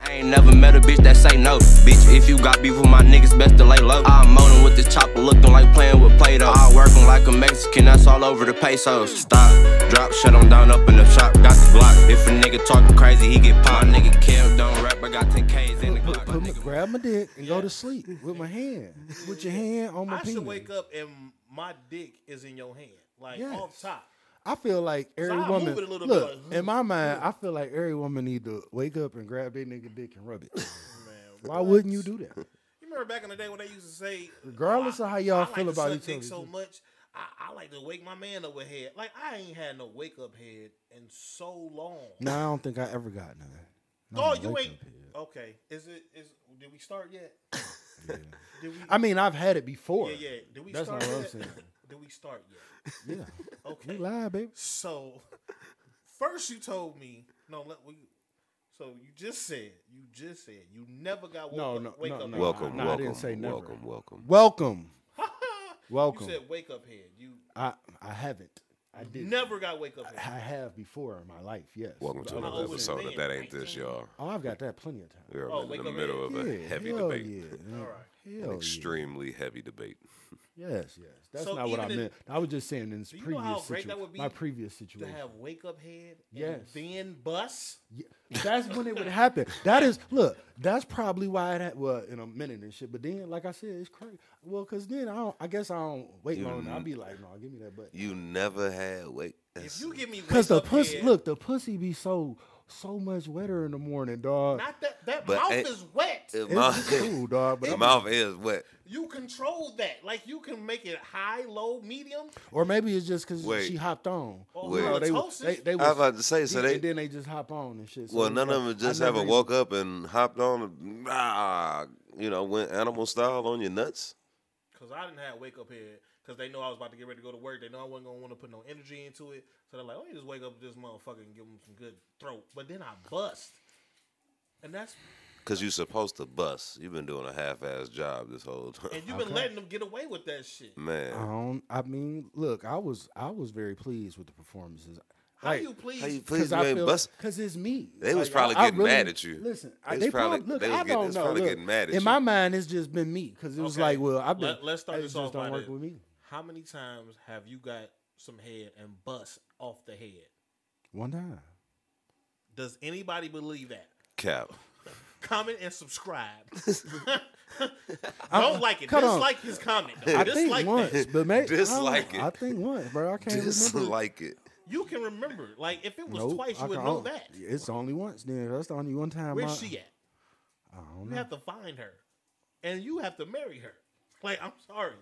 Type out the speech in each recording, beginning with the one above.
I ain't never met a bitch that say no. Bitch, if you got beef with my niggas, best to lay low. I'm moaning with this chopper, looking like playing with Play Doh. I work 'em like a Mexican, that's all over the pesos. Stop, drop, shut 'em down up in the shop. Got the block. If a nigga talking crazy, he get popped. My nigga Kev don't rap, I got 10 Ks in the Put- Glock. My put my- nigga grab my dick and go to sleep with my hand. With your hand on my I penis. should wake up and my dick is in your hand, like Yes. off top. I feel like every I woman. move it a little bit Look, like, in my mind, I feel like every woman need to wake up and grab their nigga dick and rub it. Man, Why wouldn't you do that? you remember back in the day when they used to say, Regardless "Oh, I- of how y'all I like feel to about suck each dick other, so just- much, I, I like to wake my man up with head. Like I ain't had no wake up head in so long. No, I don't think I ever got none. No, oh, I'm you wake ain't. up here. Okay, is it? Is did we start yet? Did we? I mean, I've had it before. yeah, yeah. Did we That's start? not what I'm yet? saying. Did we start yet? yeah. Okay. You lie, baby. So, first you told me no. Let we. So you just said you just said you never got woke No, up, no, wake no, up. no. head. Welcome, Nah, I welcome, didn't say never. welcome, welcome. Welcome. You Welcome. said wake up head. You I I haven't. I did. never got wake up head. I have before in my life. Yes. Welcome to But I another wasn't- was a episode of man, That Ain't This, y'all. Oh, I've got that plenty of times. We're Oh, wake in the up middle of early. a heavy hell debate, Yeah. All right. Hell an yeah. extremely heavy debate. Yes, yes. That's So not what I even if- meant. I was just saying in this Do you know how previous great that situation. would My be previous To situation. have wake up head. And Yes. Then bus. Yeah, that's when it would happen. That is, look, that's probably why it ha- well in a minute and shit. But then, like I said, it's crazy. Well, cause then I don't. I guess I don't wait long. enough. I'll be like, no, give me that butt. You never had wake. If you give me wake Cause the up pussy, head, look, the pussy be so so much wetter in the morning, dog. not that that But mouth ain't- is wet. If It's cool, my, dog. But my I'm- mouth is wet. You control that. Like you can make it high, low, medium. or maybe it's just cause Wait. she hopped on. Oh, Wait. they, halitosis? they, they I was, was about to say, so yeah, they. and then they just hop on and shit. So well, it's none like, of them I just never ever even- woke up and hopped on, ah, you know, went animal style on your nuts. Cause I didn't have wake up head. Cause they know I was about to get ready to go to work. They know I wasn't gonna want to put no energy into it. So they're like, "Oh, you just wake up this motherfucker and give him some good throat." But then I bust, and that's Cause you supposed to bust. You've been doing a half-ass job this whole time, and you've been letting them get away with that shit. man. I don't. I mean, look, I was I was very pleased with the performances. How Like, you please? How you Cause please you I ain't feel, bust? Cause it's me. They was probably getting mad at you. Listen, They I, was they probably, probably- look. they was I getting- don't they was know. probably look, getting mad at in you. my mind, it's just been me because it was Okay. like, well, I've been. Let- let's start it this just off Don't by work this. with me How many times have you got some head and bust off the head? one time. Does anybody believe that? Cap. Comment and subscribe. Don't like it. cut on. Dislike his comment. Though. I Dislike think that. once, but maybe Dislike I, don't know. I it. think once, bro. I can't remember. Dislike it. You can remember. Like if it was Nope, twice, I you would can know only- that. It's only once. Then that's the only one time. I, Where's she at? I don't You know. have to find her, and you have to marry her. Like I'm sorry,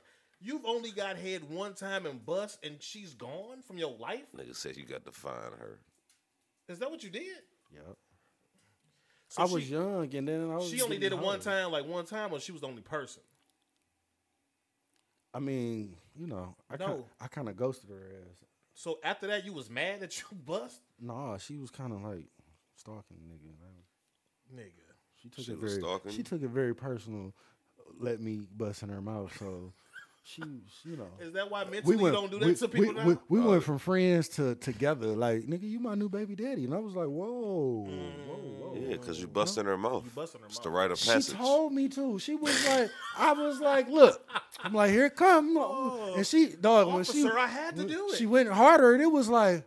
you've only got head one time and bust, and she's gone from your life. Nigga said you got to find her. Is that what you did? Yep. So I she, was young, and then I was. She only did getting it one hoes. time, like one time, or she was the only person. I mean, you know, I kind No. I kind of ghosted her ass. So after that, you was mad that you bust, Nah, she was kind of like stalking the nigga. man. nigga. She took She it was very stalking she you? took it very personal. Let me bust in her mouth, so she, she, you know. Is that why mentally you don't do that we, to people we, now? Oh. we- we went from friends to together. Like, nigga, you my new baby daddy, and I was like, whoa, Mm. whoa, whoa. Yeah, cause you bust in her mouth. bust in her It's mouth. the rite of She passage. told me to. She was like, I was like, look, I'm like, here it come, and she, dog, when she, Oh. Officer, I had to when do it. She went harder, and it was like,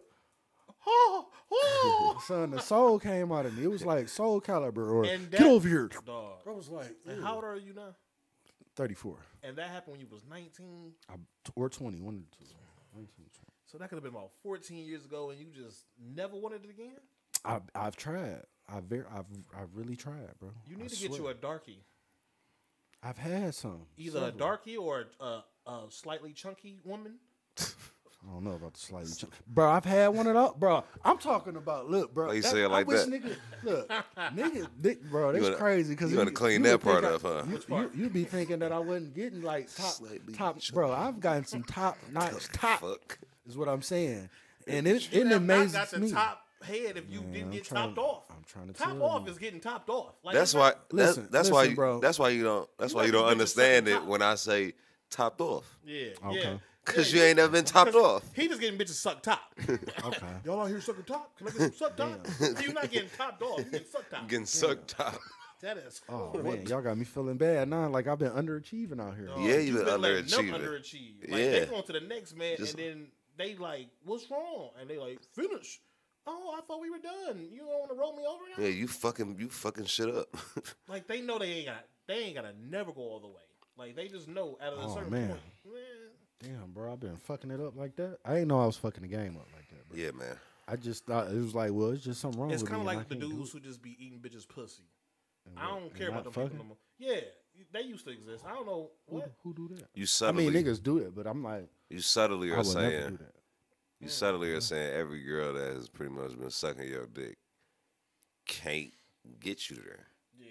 oh, oh. son, the soul came out of me. It was like soul caliber, or And get that- over here. dog. I was like, And how old are you now? 34 And that happened when you was 19. I, or 20, one of the two. 19, 20. So that could have been about 14 years ago, and you just never wanted it again. I, I've tried. I ver- I've, I've really tried, bro. You need to get you a darkie, i I've had some. either a darkie or a, a, a slightly chunky woman. I don't know about the slightly, ch- bro. I've had one of those, bro. I'm talking about look, bro. Why you say it like I wish that? Nigga, look, nigga, dick, bro. That's wanna- crazy because you wanna clean that part up, huh? You, Which you, you be thinking that I wasn't getting like top, Slightly top, bro. I've gotten some top notch, top Fuck. is what I'm saying, and it You it have not amazes got the me. top head if you didn't I'm get trying- topped off. I'm trying to top tell off you. is getting topped off. Like That's it's why. not- That's, Listen, that's why. listen, You, bro. that's why you don't. That's why you never don't been to understand second it top. when I say topped off. yeah, yeah. Okay. Cause you ain't never been topped off. He just getting bitches sucked top. Okay. Y'all out here sucking top? Can I get some sucked top? you not getting topped off. You getting sucked top. Getting sucked top. That is. Oh man, y'all got me feeling bad now. Like I've been underachieving out here. Dog, Yeah, you been been letting them underachieving. underachieve. Like Yeah. they going to the next man, Just- and then they like, "What's wrong?" And they like, "Finish." Oh, I thought we were done. You don't want to roll me over now? Yeah, you fucking you fucking shit up. Like they know they ain't got, they ain't gotta never go all the way. Like they just know at a Oh, certain man. point. Man, Damn, bro, I've been fucking it up like that. I didn't know I was fucking the game up like that, bro. yeah, man. I just thought it was like, well, it's just something wrong It's with kind me. of and like I the can't do dudes it. who just be eating bitches' pussy. And I what, don't and care about them not people fucking? no more. Yeah, they used to exist. I don't know Who, what. who do that? You I subtly mean, niggas do it, but I'm like, you subtly I are would never do saying that. you subtly are saying every girl that has pretty much been sucking your dick can't get you there. Yeah,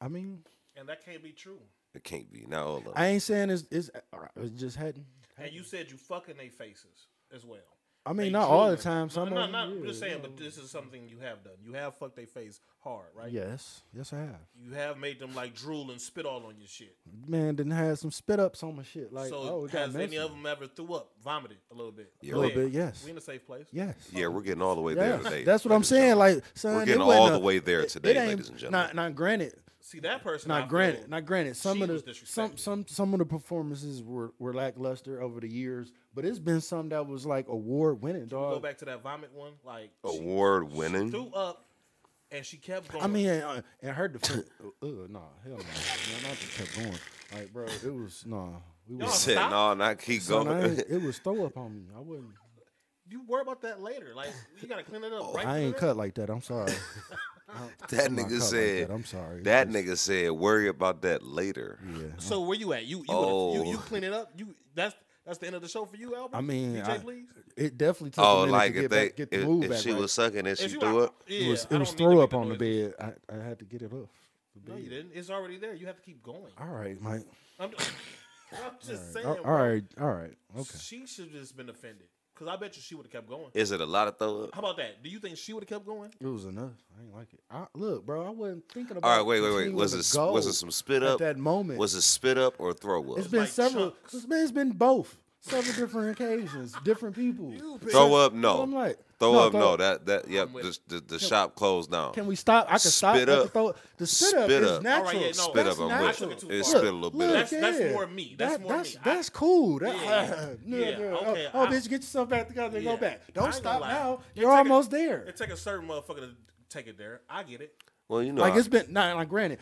I mean, and that can't be true. It can't be. Not all of them. I ain't saying it's it's, it's just hadn't. And you said you fucking they faces as well. I mean, They not all the drooling. time. Some of no, no, them, not, I'm yeah, just saying, yeah. but this is something you have done. You have fucked they face hard, right? Yes, yes, I have. You have made them like drool and spit all on your shit. Man, didn't have some spit ups on my shit. Like, oh, so it got has any messy. of them ever threw up, vomited a little bit? Yeah. Go A little ahead. bit, yes. We in a safe place. Yes. yeah, we're getting all the way there Yes. today. That's what I'm ladies and saying. gentlemen. Like, son, we're getting it wasn't all a- the way there it- today, it ain't- ladies and gentlemen. Not, not granted. See that person. I Not feel- granted. Not granted. Some she of was the some disrespected. some some of the performances were, were lackluster over the years, but it's been some that was like award winning, Go dog. back to that vomit one. Like she Award winning. threw up, and she kept going. I mean, and, uh, and her defense. uh, uh, no, hell no. Man, I just kept going. Like, bro, it was no. we Y'all was Said, Stop. no, not keep son, I going. ain't- it was throw up on me. I wouldn't. you worry about that later. Like you gotta clean it Oh, up. Right I ain't there. cut like that. I'm sorry. that I'm not cut nigga like said. that, I'm sorry. That It's- nigga said, worry about that later. Yeah. So where you at? You you, Oh. you you clean it up. You that's that's the end of the show for you, Albert. I mean, DJ, I- please. It definitely took a Oh, minute like to if get, they back, get the if, move if back. she right. was sucking and she If you threw like- up. yeah, it was I it was don't need to throw make up the on the noises. bed. I, I had to get it off. the No, you bed. didn't. It's already there. You have to keep going. All right, Mike. I'm just, I'm just saying. All bro. all right, all right. Okay. She should have just been offended. Because I bet you she would have kept going. Is it a lot of throw How up? about that? Do you think she would have kept going? It was enough. I ain't like it. I, look, bro, I wasn't thinking about. All right, wait, wait, wait. continuing Was to it go was it some spit at up? that moment? Was it spit up or throw up? it's been like several. chunks. It's been, it's been both. Several different occasions, different people. Throw up, So uh, no. I'm like, throw no, up, throw no. up. That that yep. with The, the, the shop closed down. Can we stop? I can stop. Spit I can up. throw, the spit up Spit is up. natural. All right, yeah, no. Spit That's up, I'm natural. with. natural. you. It Look, spit a little bit. That's- up. that's yeah. more me. That's more that's, me. I- That's cool. That, Yeah. no, Yeah, no. okay, Oh, I- bitch, get yourself back together and Yeah. go back. I Don't ain't stop gonna lie. now. It You're take a- almost there. It take a certain motherfucker to take it there. I get it. Well, you know, like I- it's been not like granted.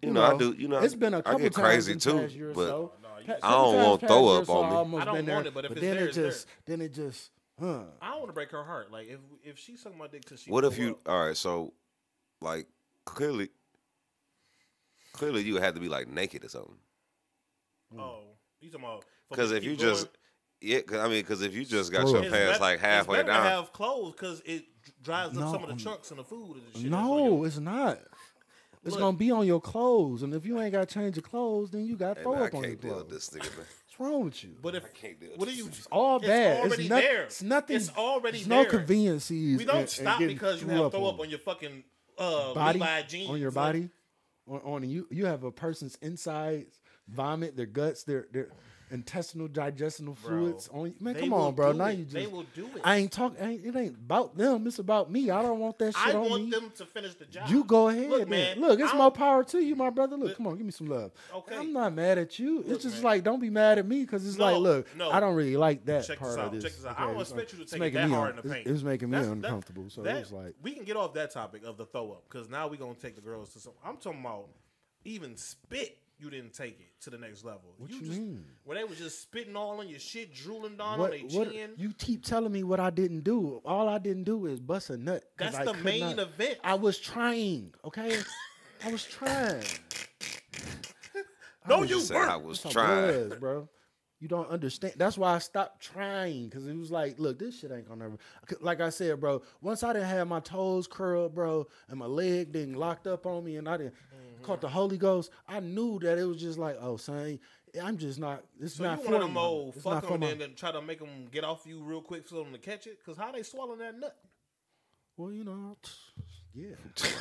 You know, I do- you know, it's been I a couple get times crazy in the too, past year or but so. No, you Pa- just- I couple don't times want past throw year or up so, on I me. almost I don't been want there, it, but if it's then there, it it's there. just then it just huh. I don't want to break her heart. Like if if she sucked my dick till she. What if threw you? up, All right, so like clearly, clearly you would have to be like naked or something. Oh, you talking about? for me Because to if keep you just going, yeah, 'cause, I mean, because if you just got Screw your it. it's pants bet- like it's halfway better to down, have clothes because it dries up No, some of the um, chunks and the food and the shit. That's what No, it- it's not. It's Look. gonna be on your clothes, and if you ain't got change of clothes, then you got and throw I up on your can't deal with clothes. this nigga. Man. What's wrong with you? But if can't deal with what do this. you? all it's bad. Already it's, not- there. it's nothing. It's already there's there. No conveniencies. We don't and- and stop getting because you threw have throw up on your fucking uh, body Levi jeans on your Like, body, on, on you. You have a person's insides, vomit, their guts, their their intestinal digestinal fluids on you. Man, they come will on, bro. do Now it. you just They will do it. I ain't talking. Ain't, it ain't about them. It's about me. I don't want that shit I on want me. them to finish the job. You go ahead, Look, man. man, Look, it's I more don't- power to you, my brother. Look, come on, give me some love. Okay. I'm not mad at you. Look, it's just man. like don't be mad at me because it's like, No, look, no. I don't really like that Check part this of out. this. Check this out. I don't It's- expect you to it's take it making that me hard un- in the paint. It was making me That's- that- uncomfortable. so that- it was like, we can get off that topic of the throw up because now we're gonna take the girls to some. I'm talking about even spit. You didn't take it to the next level. What you just, mean? Where they was just spitting all on your shit, drooling down what, on their what? chin. You keep telling me what I didn't do. All I didn't do is bust a nut. 'cause That's I the could main not- event. I was trying. Okay, I was trying. no, You you said I weren't. was I trying. was, bro. You don't understand. That's why I stopped trying because it was like, look, this shit ain't gonna never. 'cause Like I said, bro, once I didn't have my toes curled, bro, and my leg didn't locked up on me, and I didn't Mm-hmm. caught the Holy Ghost, I knew that it was just like, oh, son, I'm just not. It's So not you for one of me. them old It's fuck not for them my- and then try to make them get off you real quick so them to catch it? Because how they swallowing that nut? Well, you know, Yeah.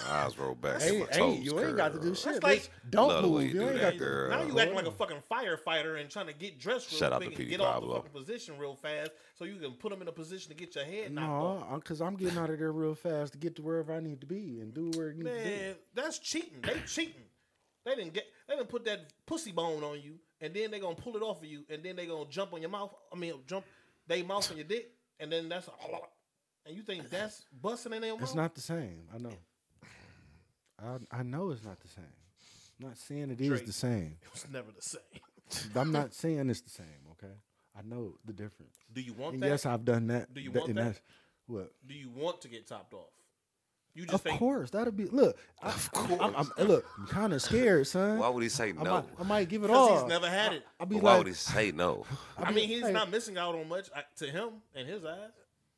My eyes roll back. and my Ain't, ain't, toes you ain't got to do curl. shit. like- bitch. don't Love the way move. You, you do ain't that, got to. girl. Now you acting like a fucking firefighter and trying to get dressed real Shout out quick to and Petey get off the Pablo. fucking position real fast so you can put them in a position to get your head knocked off. No, because I'm getting out of there real fast to get to wherever I need to be and do where it needs to be. Man, that's cheating. They cheating. They didn't get. They didn't put that pussy bone on you, and then they gonna pull it off of you, and then they gonna jump on your mouth. I mean, jump they mouth on your dick, and then that's and you think that's busting in their mouth. It's not the same. I know. I, I know it's not the same. I'm not saying it is Drake. the same. It was never the same. I'm not saying it's the same. Okay. I know the difference. Do you want And that? yes, I've done that. Do you Th- want and that? that's- What? Do you want to get topped off? You just Of think course, that'll be look. I, of course, I'm, I'm- look, I'm kind of scared, son. Why would he say I no? might, I might give it all. because he's never had it. I'll But be why like, would he say no? I mean, he's hey. not missing out on much uh, to him and his eyes.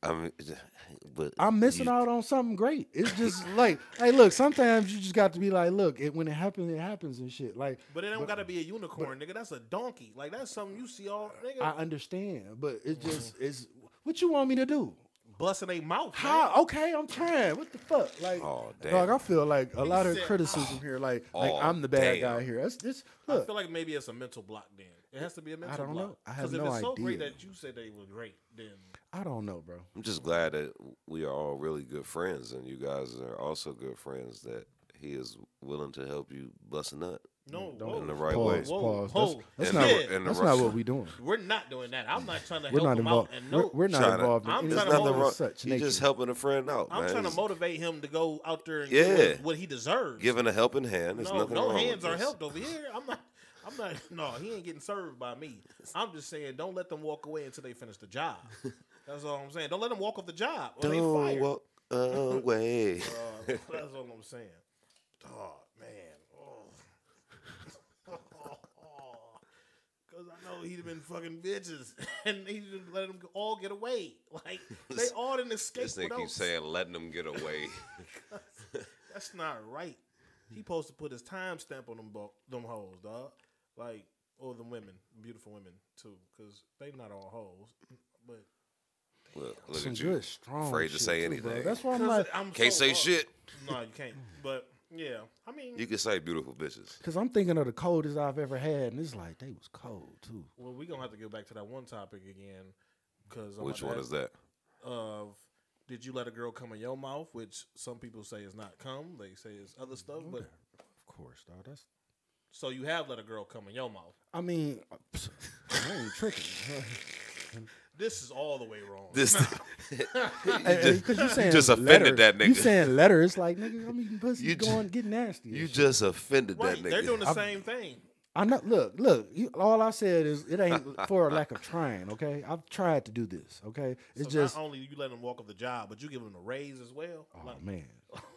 I mean, but I'm missing you- out on something great. It's just like, hey, look. Sometimes you just got to be like, look. It, when it happens, it happens and shit. Like, But it don't gotta be a unicorn, nigga. That's a donkey. Like that's something you see all nigga I understand, but it just it's what you want me to do. busting their mouth. man. How? Okay, I'm trying. What the fuck? Like, Oh, damn. dog, I feel like a lot of said, criticism here. Like, like Oh, I'm the bad damn. guy here. That's this. I Look, feel like maybe it's a mental block. Then it has to be a mental don't block. know. I have if no it's so great idea. that you said they were great, then I don't know, bro. I'm just glad that we are all really good friends, and you guys are also good friends. That he is willing to help you bust a nut. no, Don't- whoa, in the right whoa, way. Pause. whoa, pause. whoa. That's, that's In not. the- what- in the that's not rough- what we doing. We're not doing that. I'm not trying to We're help not him involved. out. And We're, no, we're not Tryna- involved in I'm any There's of trying to nothing motivate- wrong. those such He's nature. just helping a friend out, I'm man. trying to He's motivate him to go out there and Yeah. give what he deserves. Giving a helping hand. There's no, nothing no wrong hands with are this. helped over here. I'm not. I'm not. No, he ain't getting served by me. I'm just saying, don't let them walk away until they finish the job. That's all I'm saying. Don't let them walk off the job. Or they Don't fired. walk away. Uh, that's all I'm saying. Dog, man. Oh. Cause I know he'd have been fucking bitches, and he just let them all get away. Like they all didn't escape. this nigga without- keeps saying, letting them get away. that's not right. He supposed to put his time stamp on them bo- them hoes, dog. Like or the women, beautiful women too, cause they not all hoes. But look look Some at you. good, strong. Afraid to shit, say too, bro. anything. That's why I'm 'cause like, I'm Can't so say up. shit. No, you can't. But yeah, I mean, You can say beautiful bitches. because I'm thinking of the coldest I've ever had, and it's like they was cold too. Well, we're gonna have to go back to that one topic again because Which one is that? Of did you let a girl come in your mouth? Which some people say is not come. They say it's other stuff. But Of course, dog. That's. so you have let a girl come in your mouth. I mean, I ain't tricking. This is all the way wrong. This Because you saying just letter. offended that You nigga. saying letter? It's like nigga, I'm eating pussy. You ju- going get nasty. you just offended right? that nigga. They're doing the I'm- same thing. I know. Look, look. You, all I said is it ain't for a lack of trying. Okay, I've tried to do this. Okay, So it's just. not only you let them walk off the job, but you give them a raise as well. Oh Like, man,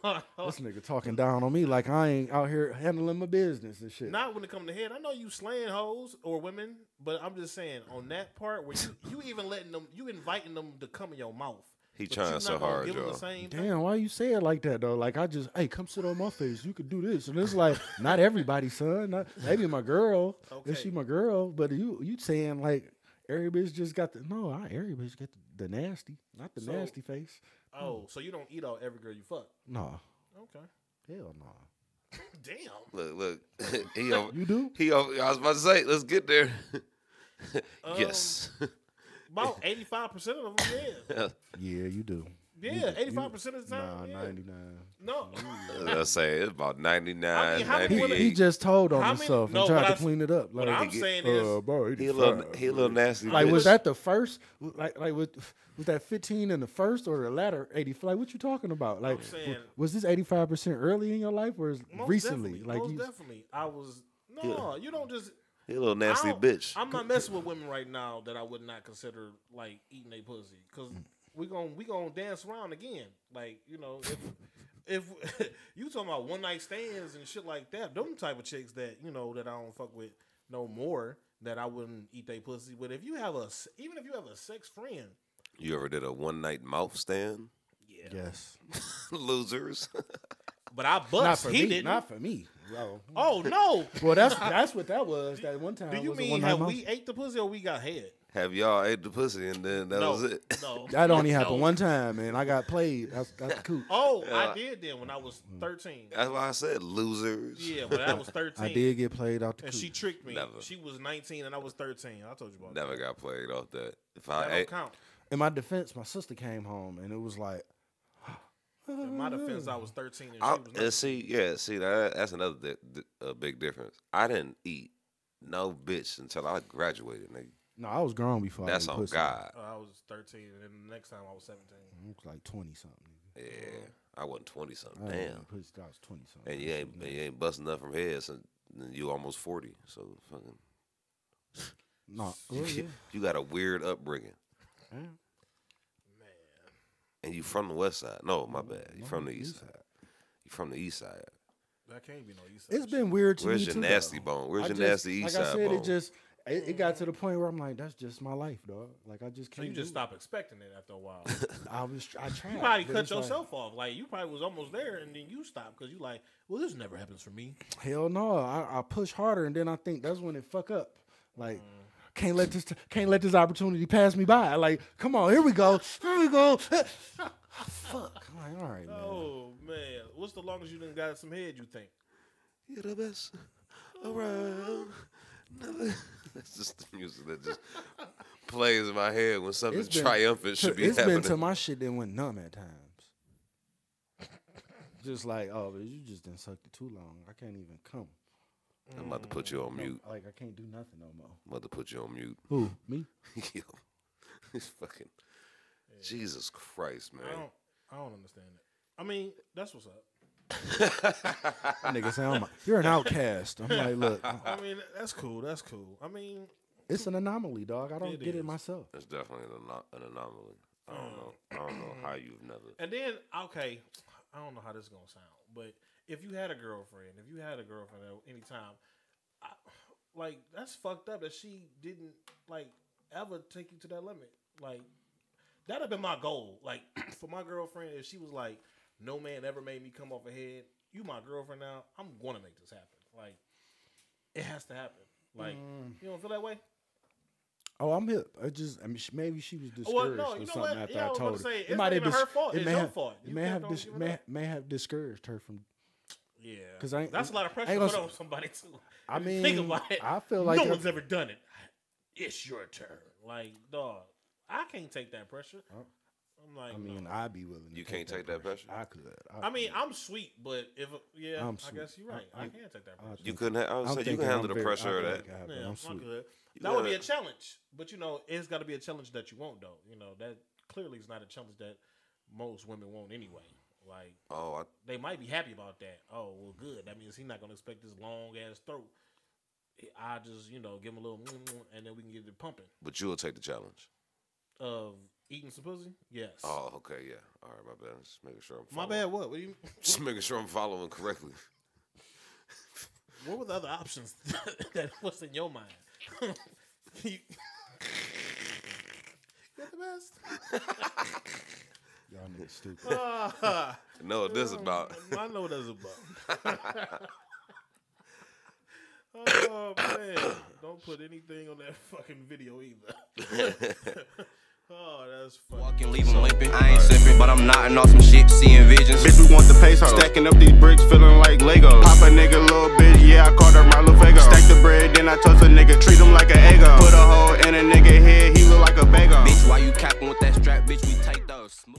this nigga talking down on me like I ain't out here handling my business and shit. Not when it come to head. I know you slaying hoes or women, but I'm just saying Mm. on that part where you you even letting them, you inviting them to come in your mouth. He but trying you so not gonna hard, give them the y'all. same thing. Damn, why you say it like that though? Like I just, hey, come sit on my face. You could do this, and it's like not everybody, son. Not, maybe my girl, if Okay. she my girl, but you you saying like every bitch just got the no, I every bitch get the, the nasty, not the So- nasty face. Oh, so you don't eat out every girl you fuck? No, Okay. hell no. Damn. Look, look. he over, You do? He over, I was about to say, let's get there. yes. Um, About eighty five percent of them, yeah, Yeah, you do. yeah, eighty five percent of the Nah, time. yeah. ninety nine. No, I say it's about 99, I mean, how many He, 98. women- he just told on How many- himself no, and tried but to I- clean it up. Like, what I'm saying is, uh, bro, he a little, he a little nasty. Like bitch. was that the first? Like like was, was that fifteen in the first or the latter eighty? Like what you talking about? Like I'm saying- w- was this eighty five percent early in your life or is most recently? definitely, Like most you, definitely, I was no. You don't just He a little nasty I don't- bitch. I'm not messing with women right now that I would not consider like eating they pussy because Mm. we gon' we gonna dance around again. Like you know, if, if you talking about one night stands and shit like that, them type of chicks that you know that I don't fuck with no more that I wouldn't eat they pussy. But if you have a s- even if you have a sex friend, you ever did a one night mouth stand? yeah, yes, Losers. but I not bust for he me, didn't. not for me. Well, oh no. well, that's that's what that was. That one time. Do you was a mean one-night have monster. we ate the pussy or we got head? Have y'all ate the pussy and then that no, was it? no. That only happened No. one time, and I got played. That's, that's cool. Oh, Yeah. I did then when I was Mm. thirteen. That's why I said losers. Yeah, when I was thirteen, I did get played out the and coop. she tricked me. Never. She was nineteen and I was thirteen. I told you about that. Never got played off that. If That I don't ate, count. In my defense, my sister came home, and it was like, In my defense, I was thirteen and she I, was nineteen. and see, yeah, see that that's another di- di- a big difference. I didn't eat no bitch until I graduated, nigga. no, I was grown before. That's I ate on pussy. God. Uh, I was thirteen, and then the next time I was seventeen. I was like twenty something. Yeah, I wasn't twenty something. I ain't eating Damn. pussy till I was twenty something. And you ain't and you ain't busting up from head since then you almost forty. So fucking, No, Oh, you, well, Oh, yeah. you got a weird upbringing, yeah. and you from the west side. No, Mm, my bad. You from the east east side. You from the east side. That can't be no use. It's been weird to Where's me your too, nasty though. bone? Where's I your just- nasty east Like I side said, bone? it just it, it got to the point where I'm like, that's just my life, dog. Like I just So can't. you just do it. stop expecting it after a while. I was I tried. You probably but cut it's like, yourself off. Like you probably was almost there, and then you stopped because you like, well, this never happens for me. Hell no, I, I push harder, and then I think that's when it fuck up. Like. Can't let this can't let this opportunity pass me by. Like, come on, here we go, here we go. Fuck. I'm like, all right, man. Oh man, what's the longest you done got some head? You think? You're the best around. Never- That's just the music that just plays in my head when something It's been- triumphant should be it's happening. been to my shit that went numb at times. Just like, oh, but you just didn't sucked it too long. I can't even come. I'm about to put you on mute. Like I can't do nothing no more. I'm about to put you on mute. Who? Me? Yo, it's fucking Jesus Christ, I man. don't. I don't understand it. I mean, that's what's up. That nigga say, I'm a, you're an outcast. I'm like, look, I mean, that's cool. That's cool. I mean, it's an anomaly, dog. I don't It get is. it myself. That's definitely an, ano- an anomaly. I Mm. don't know. I don't know how you've never. and then okay, I don't know how this is gonna sound, but if you had a girlfriend, if you had a girlfriend at any time, I, like that's fucked up that she didn't like ever take you to that limit. Like that'd have been my goal. Like for my girlfriend, if she was like, "No man ever made me come off a head. You my girlfriend now. I'm gonna make this happen." Like it has to happen. Like Mm. you don't feel that way. Oh, I'm hip. I just, I mean, she, maybe she was discouraged Well, no, you know or something what? after Yeah, I I was about told to her. say, it's not even her fault, it's may your have, fault. It You may kept have, on dis- giving may, up. may have discouraged her from. Yeah, 'Cause I ain't- that's a lot of I pressure ain't put gonna on s- somebody too. I If you mean, think about it. I feel like no that- one's ever done it. It's your turn. Like, dog, I can't take that pressure. I'm like, I mean, no. I'd be willing. to You can't take that pressure? I could. I mean, I'm sweet, but if yeah, i I'm sweet. guess you're right. I, I- can take that I- pressure. You couldn't. Ha- I I'm was saying you thinking can I'm handle the very- pressure I of that. think I have it. yeah, I'm I'm, sweet. good. You That would be a gotta- challenge, but you know, it's got to be a challenge that you want, though. You know, that clearly is not a challenge that most women want anyway. Like, Oh, I, they might be happy about that. Oh, well, good. That means he's not gonna expect this long ass throat. I just, you know, give him a little, and then we can get it pumping. but you'll take the challenge. of eating some pussy? Yes. Oh, okay, yeah. All right, my bad. Just making sure I'm. my Following. bad. What? What, do you, Just making sure I'm following correctly. what were the other options that was in your mind? you, you're the best. Y'all niggas stupid. Ah, No, this is about. I know what that's about. oh man! Don't put anything on that fucking video either. oh, that's funny. Walking, leave 'em limping. I ain't sipping, but I'm nodding off some shit, seeing visions. Bitch, we want the pesos. Stacking up these bricks, feeling like Legos. Pop a nigga, little bitch, yeah, I called her my little Fago. Stack the bread, then I toss a nigga, treat him like an Eggo. Put a hole in a nigga head, he look like a bagel. Bitch, why you capping with that strap? Bitch, we take those. Smooth.